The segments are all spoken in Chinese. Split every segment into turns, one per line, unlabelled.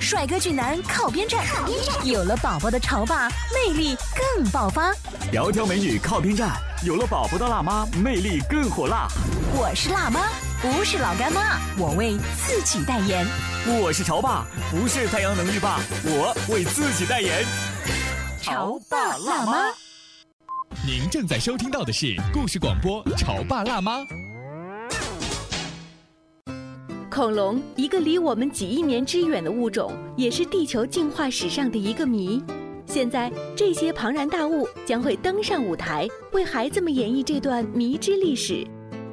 帅哥俊男靠边站，有了宝宝的潮爸魅力更爆发。
窈窕美女靠边站，有了宝宝的辣妈魅力更火辣。
我是辣妈，不是老干妈，我为自己代言。
我是潮爸，不是太阳能浴霸，我为自己代言。
潮爸辣妈。
您正在收听到的是故事广播《潮爸辣妈》。
恐龙，一个离我们几亿年之远的物种，也是地球进化史上的一个谜。现在，这些庞然大物将会登上舞台，为孩子们演绎这段迷之历史。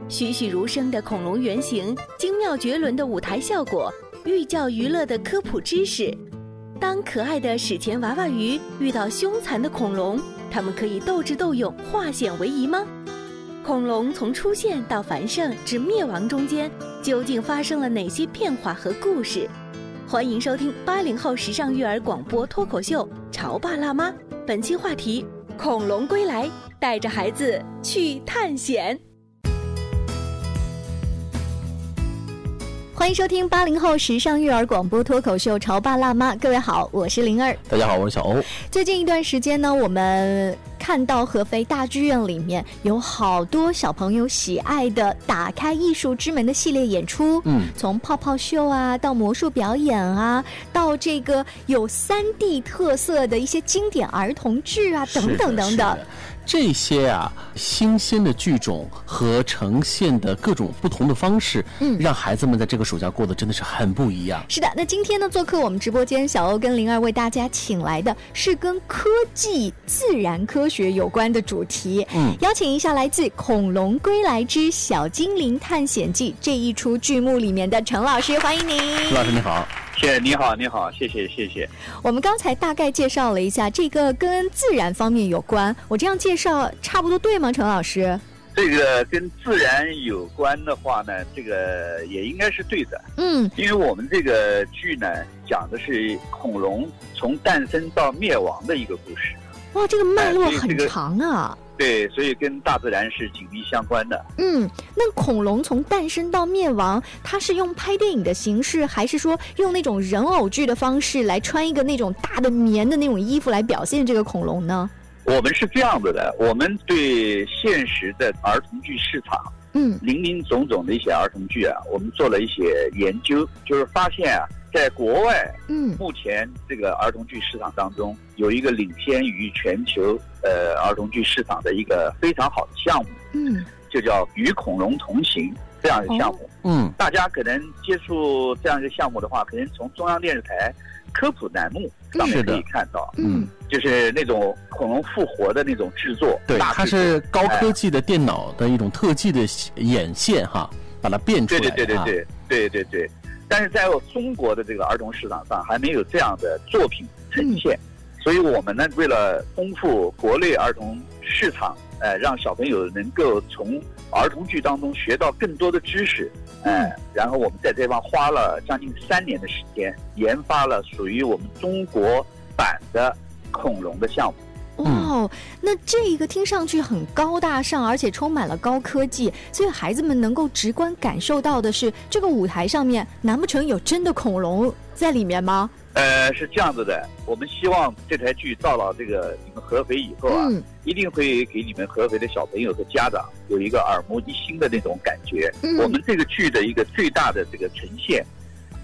栩栩如生的恐龙原型，精妙绝伦的舞台效果，寓教于乐的科普知识。当可爱的史前娃娃鱼遇到凶残的恐龙，它们可以斗智斗勇，化险为夷吗？恐龙从出现到繁盛至灭亡中间，究竟发生了哪些变化和故事？欢迎收听八零后时尚育儿广播脱口秀《潮爸辣妈》，本期话题：恐龙归来，带着孩子去探险。
欢迎收听八零后时尚育儿广播脱口秀《潮爸辣妈》，各位好，我是灵儿。
大家好，我是小欧。
最近一段时间呢，我们看到合肥大剧院里面有好多小朋友喜爱的“打开艺术之门”的系列演出，
嗯
从泡泡秀啊，到魔术表演啊，到这个有三 D 特色的一些经典儿童剧啊，等等等
是的
等
是。的这些啊，新鲜的剧种和呈现的各种不同的方式，
嗯
让孩子们在这个暑假过得真的是很不一样。
是的，那今天呢，做客我们直播间，小欧跟灵儿为大家请来的是跟科技、自然科学有关的主题。
嗯
邀请一下来自《恐龙归来之小精灵探险记》这一出剧目里面的陈老师，欢迎您。
陆老师你好，
谢，你好，你好，谢谢，谢谢。
我们刚才大概介绍了一下这个跟自然方面有关，我这样介绍差不多对吗？陈老师？
这个跟自然有关的话呢，这个也应该是对的，
嗯
因为我们这个剧呢讲的是恐龙从诞生到灭亡的一个故事，
哇，这个脉络
哎这
很
个
长啊。
对，所以跟大自然是紧密相关的。
嗯，那恐龙从诞生到灭亡，它是用拍电影的形式，还是说用那种人偶剧的方式来穿一个那种大的棉的那种衣服来表现这个恐龙呢？
我们是这样子的，我们对现实的儿童剧市场
嗯
林林总总的一些儿童剧啊，我们做了一些研究，就是发现啊，在国外
嗯
目前这个儿童剧市场当中，有一个领先于全球呃儿童剧市场的一个非常好的项目，
嗯
就叫“与恐龙同行”这样一个项目。
嗯
大家可能接触这样一个项目的话，可能从中央电视台科普栏目上
是
面
的
可以看到，
嗯，
就是那种恐龙复活的那种制作，
对，
大
它
制作
是高科技的电脑的一种特技的眼线哈，把它变出
对
来
对对对
的啊
对对对对，但是在中国的这个儿童市场上还没有这样的作品呈现，所以我们呢，为了丰富国内儿童市场，呃，让小朋友能够从儿童剧当中学到更多的知识，呃，
嗯
然后我们在这方花了将近三年的时间，研发了属于我们中国版的恐龙的项目。
哇哦，那这一个听上去很高大上，而且充满了高科技，所以孩子们能够直观感受到的是，这个舞台上面难不成有真的恐龙在里面吗？
呃，是这样子的，我们希望这台剧到了这个你们合肥以后啊，
嗯
一定会给你们合肥的小朋友和家长有一个耳目一新的那种感觉。我
嗯
们这个剧的一个最大的这个呈现，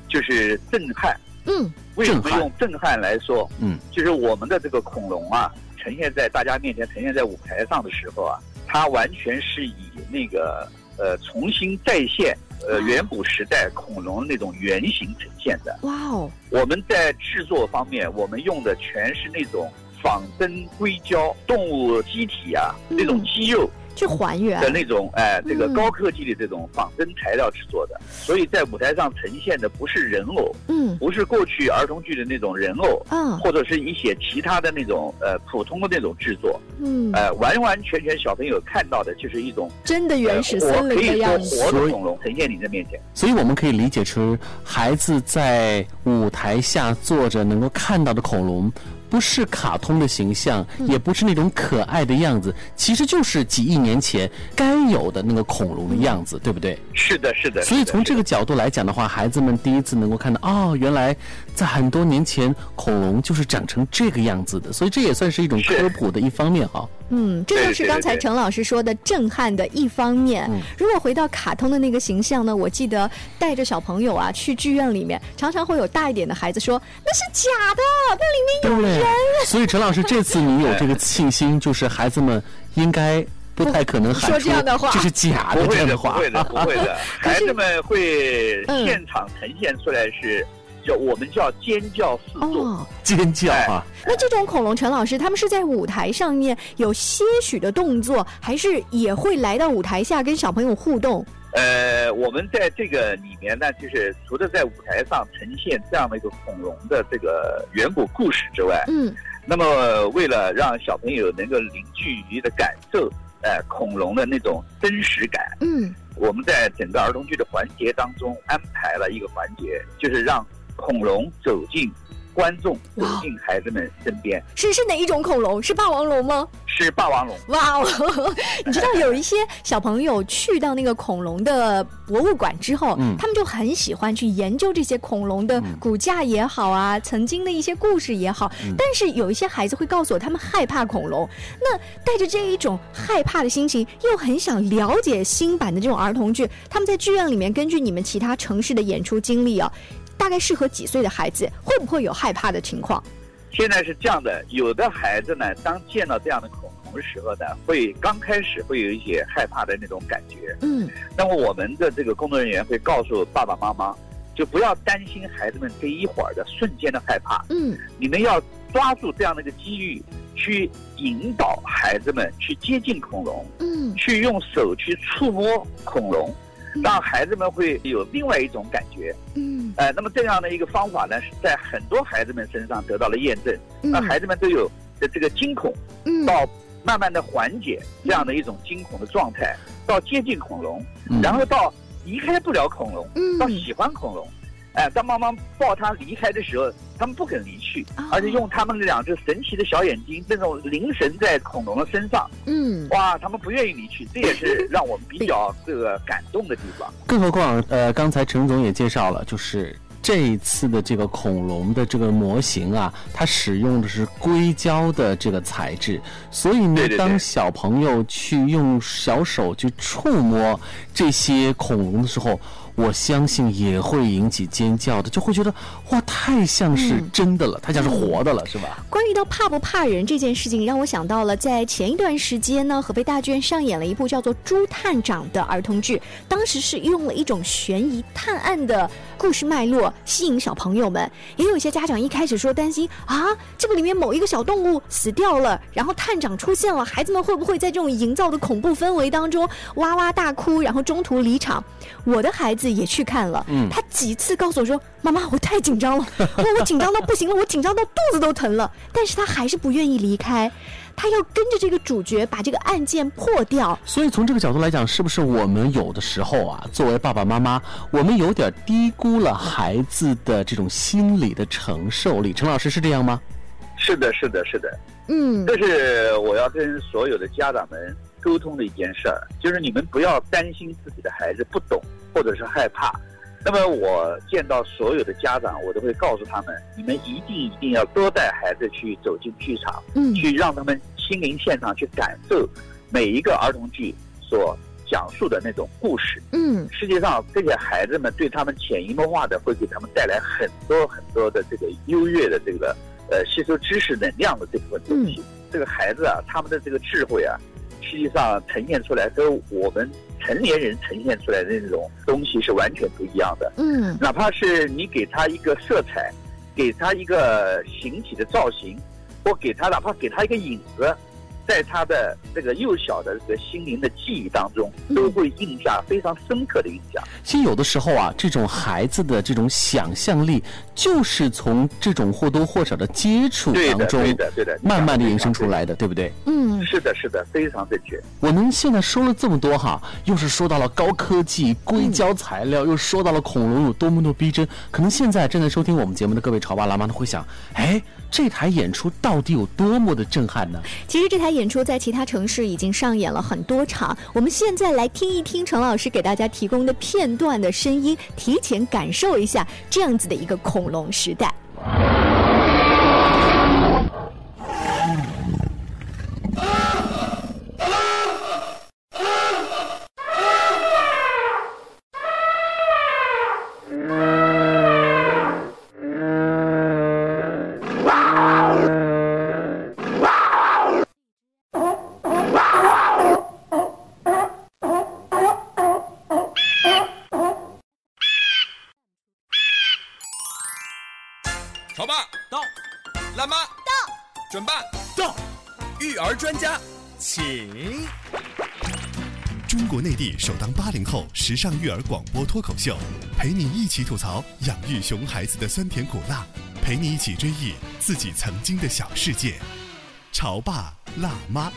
就是震撼。
嗯
为什么
震撼
用震撼来说？
嗯，
就是我们的这个恐龙啊，呈现在大家面前，呈现在舞台上的时候啊，它完全是以那个呃重新再现呃远古时代恐龙那种原型呈现的。
哇哦，
我们在制作方面，我们用的全是那种仿真硅胶动物机体啊，
嗯
这种肌肉
去还原
的。那种哎、这个
嗯
高科技的这种仿真材料制作的，所以在舞台上呈现的不是人偶，
嗯
不是过去儿童剧的那种人偶，
啊
或者是一些其他的那种呃普通的那种制作，
嗯，
呃，完完全全小朋友看到的就是一种
真的原始森林的样子。
呃、我可以说活
所
的
以
恐龙呈现你的面前。
所以我们可以理解成，孩子在舞台下坐着能够看到的恐龙，不是卡通的形象，也不是那种可爱的样子，其实就是几亿年前该有的那个恐龙的样子，对不对？
是的，是的。
所以
是的
从这
是
个角度来讲的话，孩子们第一次能够看到，哦，原来在很多年前恐龙就是长成这个样子的，所以这也算是一种
是
科普的一方面啊、
嗯，这就
对
是
对
刚
对嗯
才
对
陈老师说的震撼的一方面。如果回到卡通的那个形象呢，我记得带着小朋友啊去剧院里面，常常会有大一点的孩子说那是假的，那里面
对不
啊
对？所以陈老师这次你有这个信心，就是孩子们应该不太可能喊
说
出
这样的话
这是假的
不
这
会
样
的，
的
不
话。
会的，不会的。
可
孩
是
子们会
嗯
现场呈现出来是叫我们叫尖叫四座，
哦。
尖叫
哎
啊！
那这种恐龙，陈老师他们是在舞台上面有些许的动作，还是也会来到舞台下跟小朋友互动？
呃，我们在这个里面呢，就是除了在舞台上呈现这样的一个恐龙的这个远古故事之外，
嗯
那么为了让小朋友能够零距离的感受，呃，恐龙的那种真实感，
嗯
我们在整个儿童剧的环节当中安排了一个环节，就是让恐龙走进观众，走
哇
进孩子们身边，
是是哪一种恐龙？是霸王龙吗？
是霸王龙。
哇哦！ 你知道有一些小朋友去到那个恐龙的博物馆之后，
嗯
他们就很喜欢去研究这些恐龙的
嗯
骨架也好啊，曾经的一些故事也好。但是有一些孩子会告诉我，他们害怕恐龙。那带着这一种害怕的心情，又很想了解新版的这种儿童剧，他们在剧院里面根据你们其他城市的演出经历啊，大概适合几岁的孩子？会不会有害怕的情况？
现在是这样的，有的孩子呢，当见到这样的恐龙的时候呢，会刚开始会有一些害怕的那种感觉。
嗯
那么我们的这个工作人员会告诉爸爸妈妈，就不要担心孩子们这一会儿的瞬间的害怕，
嗯
你们要抓住这样的一个机遇，去引导孩子们去接近恐龙，
嗯
去用手去触摸恐龙
嗯，
让孩子们会有另外一种感觉。
嗯
呃，那么这样的一个方法呢，是在很多孩子们身上得到了验证。
嗯
那孩子们都有的这个惊恐
嗯
到慢慢的缓解这样的一种惊恐的状态，到接近恐龙，
嗯
然后到离开不了恐龙，
嗯
到喜欢恐龙。哎，当妈妈抱他离开的时候，他们不肯离去，而且用他们两只神奇的小眼睛，那种凝神在恐龙的身上，
嗯。
哇，他们不愿意离去，这也是让我们比较这个感动的地方。
更何况，呃，刚才陈总也介绍了，就是这一次的这个恐龙的这个模型啊，它使用的是硅胶的这个材质，所以呢，
对对对
当小朋友去用小手去触摸这些恐龙的时候。我相信也会引起尖叫的，就会觉得哇，太像是
嗯
真的了，太像是活的了，是吧？
关于到怕不怕人这件事情，让我想到了在前一段时间呢，合肥大剧院上演了一部叫做《朱探长》的儿童剧，当时是用了一种悬疑探案的故事脉络吸引小朋友们。也有一些家长一开始说担心啊，这个里面某一个小动物死掉了，然后探长出现了，孩子们会不会在这种营造的恐怖氛围当中哇哇大哭，然后中途离场？我的孩子也去看了，
嗯
他几次告诉我说：“妈妈，我太紧张了，我我紧张到不行了，我紧张到肚子都疼了。”但是他还是不愿意离开，他要跟着这个主角把这个案件破掉。
所以从这个角度来讲，是不是我们有的时候啊，作为爸爸妈妈，我们有点低估了孩子的这种心理的承受力？陈老师是这样吗？
是的，是的，是的。
嗯
这是我要跟所有的家长们沟通的一件事儿，就是你们不要担心自己的孩子不懂或者是害怕。那么我见到所有的家长，我都会告诉他们，你们一定一定要多带孩子去走进剧场，
嗯
去让他们亲临现场去感受每一个儿童剧所讲述的那种故事。
嗯
实际上，这些孩子们对他们潜移默化的会给他们带来很多很多的这个优越的这个呃吸收知识能量的这部分东西。这个孩子啊，他们的这个智慧啊，实际上呈现出来跟我们成年人呈现出来的那种东西是完全不一样的。
嗯
哪怕是你给他一个色彩，给他一个形体的造型，我给他哪怕给他一个影子，在他的这个幼小的这个心灵的记忆当中，都会印下非常深刻的印象。
其实有的时候啊，这种孩子的这种想象力，就是从这种或多或少的接触
对
当
的，
嗯中
对，的，对的，
慢慢的衍生出来的，对不对？
嗯，
是的，是的，非常正确。
我们现在说了这么多哈，又是说到了高科技、硅胶材料，又说到了恐龙有多么的逼真。可能现在正在收听我们节目的各位潮爸辣妈都会想，哎，这台演出到底有多么的震撼呢？
其实这台演出在其他城市已经上演了很多场，我们现在来听一听陈老师给大家提供的片段的声音，提前感受一下这样子的一个恐龙时代。
潮爸到，辣妈到，准爸到，育儿专家，请。
中国内地首档八零后时尚育儿广播脱口秀，陪你一起吐槽养育熊孩子的酸甜苦辣，陪你一起追忆自己曾经的小世界。潮爸辣妈，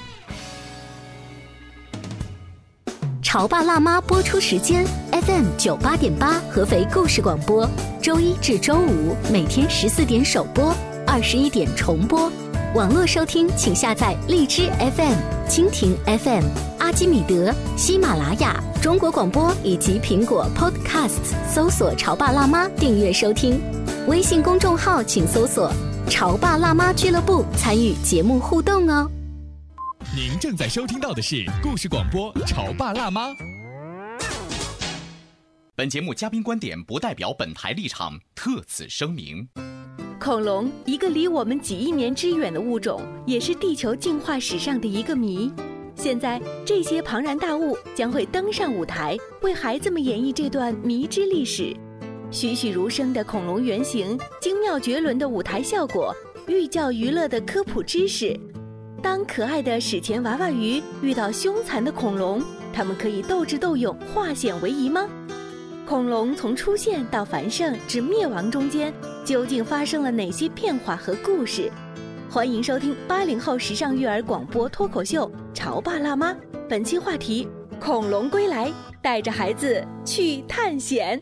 《潮爸辣妈》播出时间：FM 九八点八，合肥故事广播，周一至周五每天十四点首播，二十一点重播。网络收听，请下载荔枝 FM、蜻蜓 FM、阿基米德、喜马拉雅、中国广播以及苹果 Podcasts，搜索“潮爸辣妈”订阅收听。微信公众号请搜索“潮爸辣妈俱乐部”，参与节目互动哦。
您正在收听到的是故事广播《潮爸辣妈》。
本节目嘉宾观点不代表本台立场，特此声明。
恐龙，一个离我们几亿年之远的物种，也是地球进化史上的一个谜。现在，这些庞然大物将会登上舞台，为孩子们演绎这段迷之历史。栩栩如生的恐龙原型，精妙绝伦的舞台效果，寓教于乐的科普知识。当可爱的史前娃娃鱼遇到凶残的恐龙，它们可以斗智斗勇，化险为夷吗？恐龙从出现到繁盛至灭亡中间，究竟发生了哪些变化和故事？欢迎收听八零后时尚育儿广播脱口秀《潮爸辣妈》，本期话题：恐龙归来，带着孩子去探险。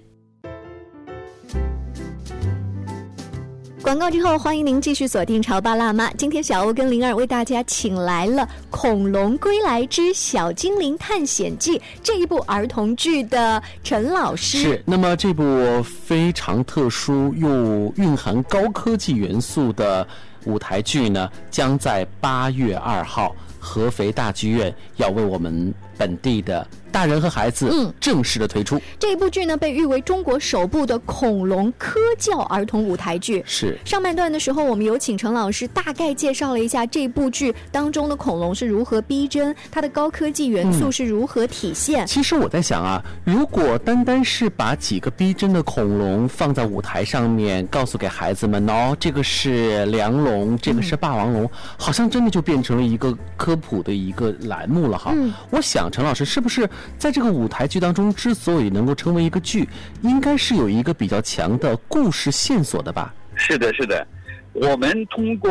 广告之后，欢迎您继续锁定《潮爸辣妈》。今天小欧跟灵儿为大家请来了《恐龙归来之小精灵探险记》这一部儿童剧的陈老师。
是，那么这部非常特殊又蕴含高科技元素的舞台剧呢，将在八月二号合肥大剧院要为我们本地的大人和孩
嗯
子正式的推出。
这部剧呢，被誉为中国首部的恐龙科教儿童舞台剧。
是，
上半段的时候，我们有请陈老师大概介绍了一下这部剧当中的恐龙是如何逼真，它的高科技元素是如何体现。
其实我在想啊，如果单单是把几个逼真的恐龙放在舞台上面，告诉给孩子们哦，这个是梁龙，这个是霸王龙，好像真的就变成了一个科普的一个栏目了哈。我想陈老师是不是在这个舞台剧当中，之所以能够成为一个剧，应该是有一个比较强的故事线索的吧？
是的，是的，我们通过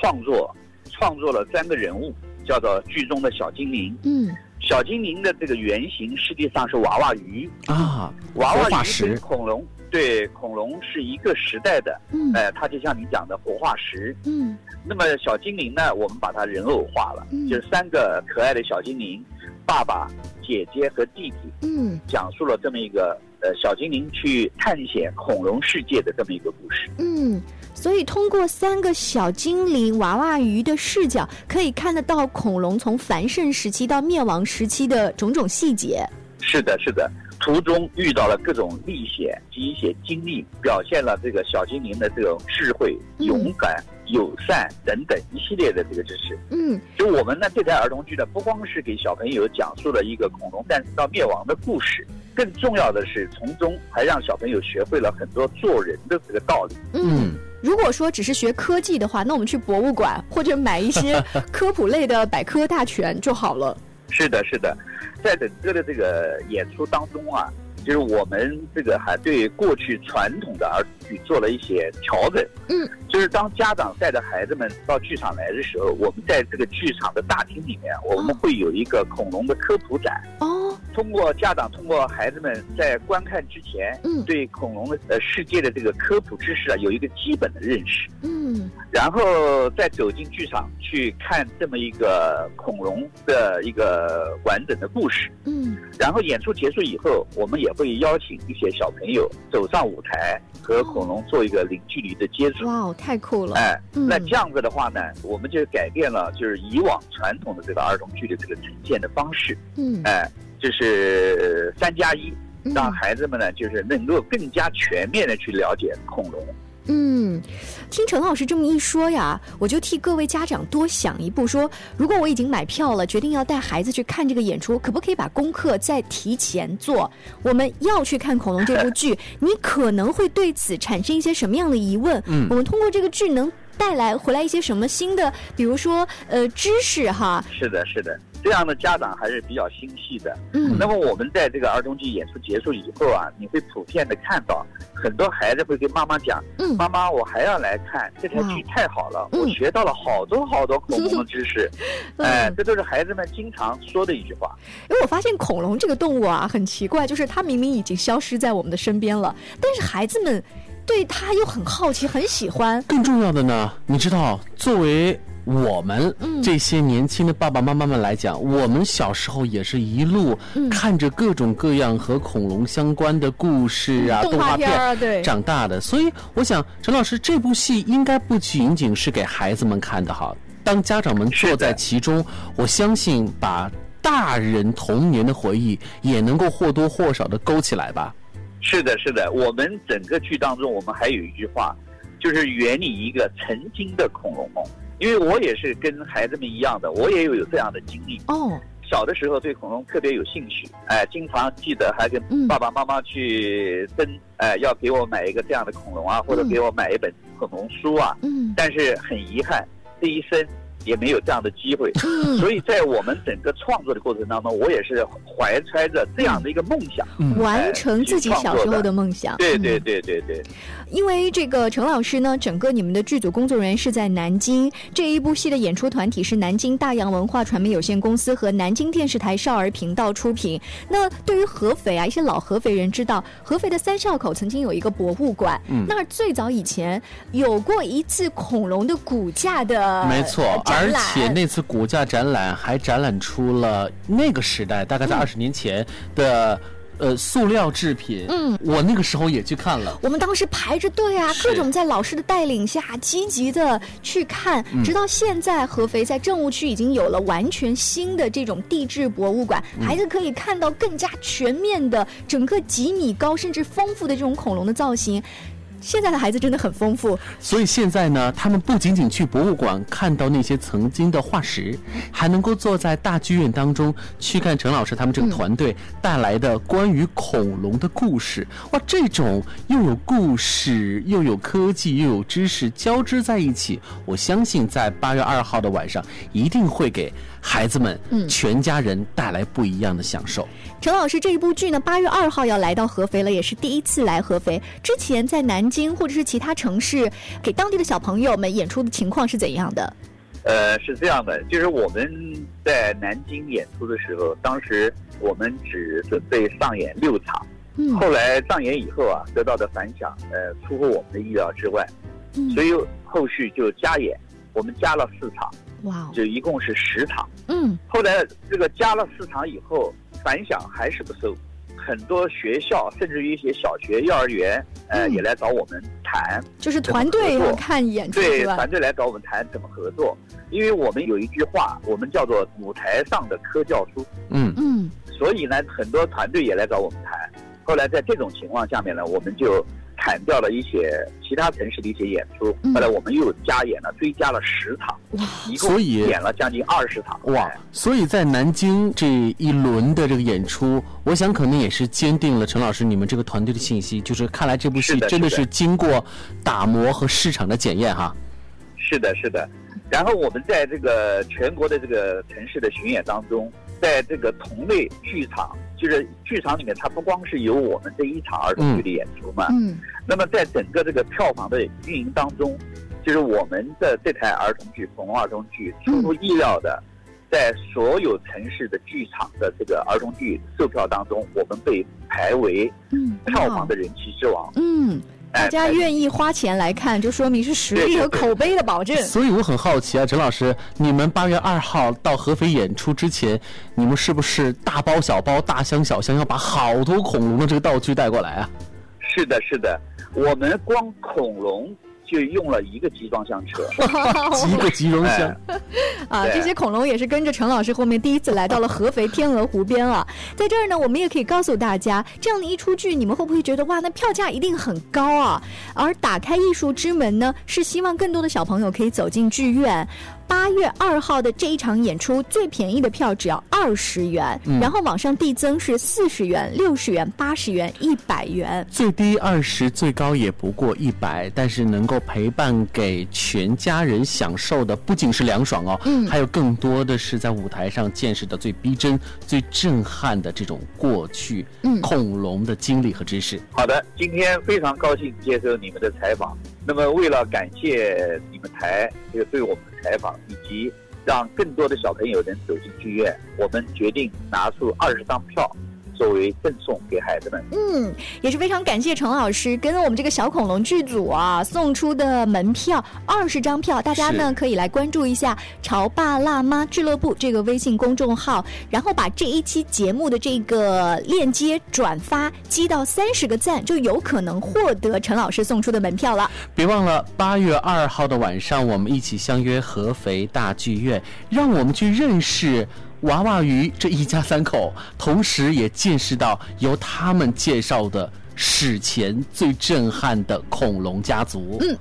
创作，创作了三个人物，叫做剧中的小精灵。
嗯，
小精灵的这个原型实际上是娃娃鱼，
啊，
娃
活
娃
化
鱼
石
跟恐龙对恐龙是一个时代的，
嗯
呃，它就像你讲的活化石。
嗯
那么小精灵呢，我们把它人偶化了，
嗯
就是三个可爱的小精灵，爸爸、姐姐和弟弟，
嗯
讲述了这么一个呃小精灵去探险恐龙世界的这么一个故事。
嗯。所以，通过三个小精灵娃娃鱼的视角，可以看得到恐龙从繁盛时期到灭亡时期的种种细节。
是的，是的，途中遇到了各种历险及一些经历，表现了这个小精灵的这种智慧、
嗯
勇敢、友善等等一系列的这个知识。
嗯，
就我们呢，这台儿童剧呢，不光是给小朋友讲述了一个恐龙诞生到灭亡的故事，更重要的是，从中还让小朋友学会了很多做人的这个道理。
嗯，如果说只是学科技的话，那我们去博物馆或者买一些科普类的百科大全就好了。
是的，是的，在整个的这个演出当中啊，就是我们这个还对过去传统的儿童剧做了一些调整。
嗯，
就是当家长带着孩子们到剧场来的时候，我们在这个剧场的大厅里面，我们会有一个恐龙的科普展。
哦，
通过家长通过孩子们在观看之前，
嗯
对恐龙的呃世界的这个科普知识啊，有一个基本的认识。
嗯，
然后再走进剧场去看这么一个恐龙的一个完整的故事。
嗯，
然后演出结束以后，我们也会邀请一些小朋友走上舞台，和恐龙做一个零距离的接触。
哦哇哦，太酷了。
哎，
嗯
那这样子的话呢，我们就改变了就是以往传统的这个儿童剧的这个呈现的方式。
嗯，
哎，就是三加一，
嗯
让孩子们呢就是能够更加全面的去了解恐龙。
嗯，听陈老师这么一说呀，我就替各位家长多想一步说，如果我已经买票了，决定要带孩子去看这个演出，可不可以把功课再提前做？我们要去看《恐龙》这部剧，你可能会对此产生一些什么样的疑问？
嗯
我们通过这个剧能带来回来一些什么新的，比如说呃知识哈，
是的，是的，这样的家长还是比较心细的。
嗯
那么我们在这个儿童剧演出结束以后啊，你会普遍的看到很多孩子会跟妈妈讲：“
嗯
妈妈，我还要来看这台剧，太好了，
嗯
我学到了好多好多恐龙的知识。
嗯
哎，这都是孩子们经常说的一句话。
因为我发现恐龙这个动物啊，很奇怪，就是它明明已经消失在我们的身边了，但是孩子们对它又很好奇，很喜欢。
更重要的呢，你知道，作为我们
嗯
这些年轻的爸爸妈妈们来讲，我们小时候也是一路
嗯
看着各种各样和恐龙相关的故事啊、
嗯动
动
画
画
片
片
儿啊对
长大的。所以，我想陈老师这部戏应该不仅仅是给孩子们看的哈，当家长们
是的
坐在其中，我相信把大人童年的回忆也能够或多或少的勾起来吧。
是的，是的，我们整个剧当中，我们还有一句话，就是圆你一个曾经的恐龙梦。因为我也是跟孩子们一样的，我也有有这样的经历。
哦，
小的时候对恐龙特别有兴趣，哎、经常记得还
嗯
跟爸爸妈妈去争，哎、要给我买一个这样的恐龙啊，或者
嗯
给我买一本恐龙书啊。
嗯
但是很遗憾，这一生也没有这样的机 会。
嗯，
所以在我们整个创作的过程当中，我也是怀揣着这样的一个梦想。
嗯
完成自己小时候的梦想。
对对
嗯
对对对，
因为这个陈老师呢，整个你们的剧组工作人员是在南京，这一部戏的演出团体是南京大洋文化传媒有限公司和南京电视台少儿频道出品。那对于合肥啊，一些老合肥人知道，合肥的三校口曾经有一个博物馆，
嗯
那儿最早以前有过一次恐龙的骨架的
没错，
呃展
而
览
且那次骨架展览还展览出了那个时代，大概
嗯
在二十年前的、呃塑料制品。
嗯，
我那个时候也去看了。
我们当时排着队啊，
是
各种在老师的带领下积极的去看，直到现在，合肥在政务区已经有了完全新的这种地质博物馆，孩子可以看到更加全面的整个几米高甚至丰富的这种恐龙的造型。现在的孩子真的很丰富，
所以现在呢，他们不仅仅去博物馆看到那些曾经的化石，还能够坐在大剧院当中去看陈老师他们这个团队带来的关于恐龙的故事。哇，这种又有故事，又有科技，又有知识交织在一起，我相信在八月二号的晚上，一定会给孩子们、
嗯
全家人带来不一样的享受。
陈老师这一部剧呢，八月二号要来到合肥了，也是第一次来合肥。之前在南京或者是其他城市，给当地的小朋友们演出的情况是怎样的？
呃，是这样的，就是我们在南京演出的时候，当时我们只准备上演六场，
嗯
后来上演以后啊，得到的反响，呃，出乎我们的意料之外，
嗯
所，以后续就加演，我们加了四场，
哇哦，
就一共是十场。
嗯
后来这个加了市场以后，反响还是不收，很多学校甚至于一些小学、幼儿园，呃，
嗯
也来找我们谈，
就是团队要看演出
对
是，吧？
团队来找我们谈怎么合作，因为我们有一句话，我们叫做舞台上的科教书，
嗯，
嗯
所以呢，很多团队也来找我们谈。后来在这种情况下面呢，我们就砍掉了一些其他城市的一些演出，
嗯
后来我们又加演了，追加了十场，一共
所以
演了将近二十场。
哇
哎，
所以在南京这一轮的这个演出，我想可能也是坚定了陈老师你们这个团队的信息，就是看来这部戏
是的
真的
是的
是经过打磨和市场的检验哈。
是的，是的。然后我们在这个全国的这个城市的巡演当中，在这个同类剧场，就是剧场里面，它不光是有我们这一场儿童剧的演出嘛，
嗯
那么在整个这个票房的运营当中，就是我们的这台儿童剧《恐龙儿童剧》
嗯
出乎意料的，在所有城市的剧场的这个儿童剧售票当中，我们被排为
嗯，
票房的人气之王。
嗯，
哎
大家
排
愿意花钱来看，就说明是实
对
力
对
和
对
口碑的保证。
所以我很好奇啊，陈老师，你们八月二号到合肥演出之前，你们是不是大包小包、大箱小箱要把好多恐龙的这个道具带过来啊？
是的，是的，我们光恐龙就用了一个集装箱 车。
集一个集装箱。
哎
啊，
对
这些恐龙也是跟着陈老师后面第一次来到了合肥天鹅湖边啊。在这儿呢，我们也可以告诉大家，这样的一出剧，你们会不会觉得哇，那票价一定很高啊？而打开艺术之门呢，是希望更多的小朋友可以走进剧院。八月二号的这一场演出，最便宜的票只要二十元，然后往上递增是四十元、六十元、八十元、一百元。
最低二十，最高也不过一百，但是能够陪伴给全家人享受的，不仅是凉爽哦，
嗯
还有更多的是在舞台上见识的最逼真、最震撼的这种过去，
嗯
恐龙的经历和知识。
好的，今天非常高兴接受你们的采访。那么，为了感谢你们台这个对我们的采访，以及让更多的小朋友能走进剧院，我们决定拿出二十张票作为赠送给孩子们。
嗯，也是非常感谢陈老师跟我们这个小恐龙剧组啊送出的门票二十张票，大家呢可以来关注一下“潮爸辣妈俱乐部”这个微信公众号，然后把这一期节目的这个链接转发，积到三十个赞，就有可能获得陈老师送出的门票了。
别忘了八月二号的晚上，我们一起相约合肥大剧院，让我们去认识娃娃鱼这一家三口，同时也见识到由他们介绍的史前最震撼的恐龙家族。嗯，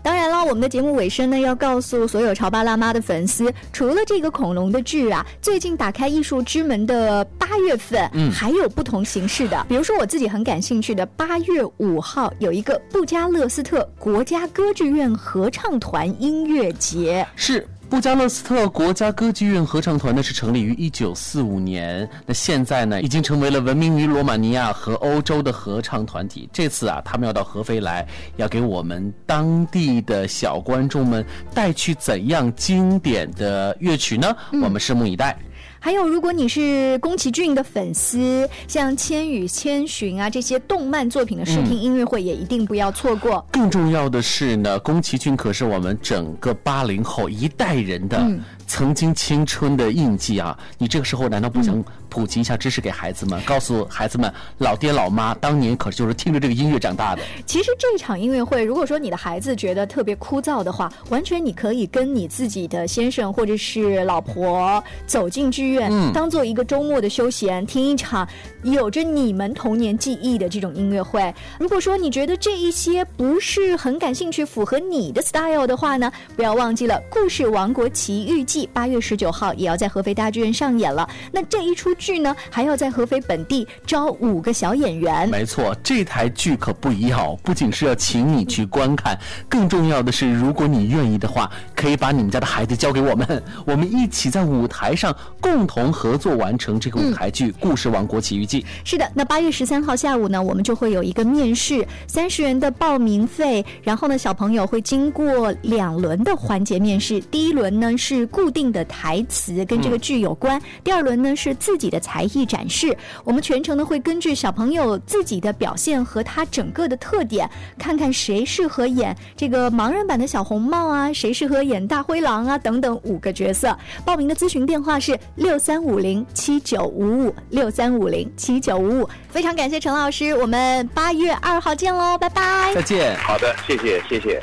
当然了，我们的节目尾声呢，要告诉所有潮爸辣妈的粉丝，除了这个恐龙的剧啊，最近打开艺术之门的八月份，
嗯
还有不同形式的，比如说我自己很感兴趣的，八月五号有一个布加勒斯特国家歌剧院合唱团音乐节，
是。布加勒斯特国家歌剧院合唱团呢是成立于一九四五年，那现在呢已经成为了闻名于罗马尼亚和欧洲的合唱团体。这次啊，他们要到合肥来，要给我们当地的小观众们带去怎样经典的乐曲呢？我们拭目以待。
还有，如果你是宫崎骏的粉丝，像《千与千寻》啊这些动漫作品的试听音乐会也一定不要错过。
更重要的是呢，宫崎骏可是我们整个八零后一代人的曾经青春的印记啊！你这个时候难道不想普及一下知识给孩子们，告诉孩子们，老爹老妈当年可就是听着这个音乐长大的？
其实这场音乐会，如果说你的孩子觉得特别枯燥的话，完全你可以跟你自己的先生或者是老婆走进剧院，
嗯
当做一个周末的休闲，听一场有着你们童年记忆的这种音乐会。如果说你觉得这一些不是很感兴趣，符合你的 style 的话呢，不要忘记了《故事王国奇遇记》八月十九号也要在合肥大剧院上演了。那这一出剧呢，还要在合肥本地招五个小演员。
没错，这台剧可不一样哦，不仅是要请你去观看，更重要的是，如果你愿意的话，可以把你们家的孩子交给我们，我们一起在舞台上共同合作完成这个舞台剧《故事王国奇遇记》。
是的，那八月十三号下午呢，我们就会有一个面试，三十元的报名费。然后呢，小朋友会经过两轮的环节面试，第一轮呢是固定的台词跟这个剧有关，第二轮呢是自己的才艺展示。我们全程呢会根据小朋友自己的表现和他整个的特点，看看谁适合演这个盲人版的小红帽啊，谁适合演大灰狼啊等等五个角色。报名的咨询电话是六三五零七九五五六三五零七九五五。非常感谢陈老师，我们八月二号见喽，拜拜。
再见。
好的，谢谢，谢谢。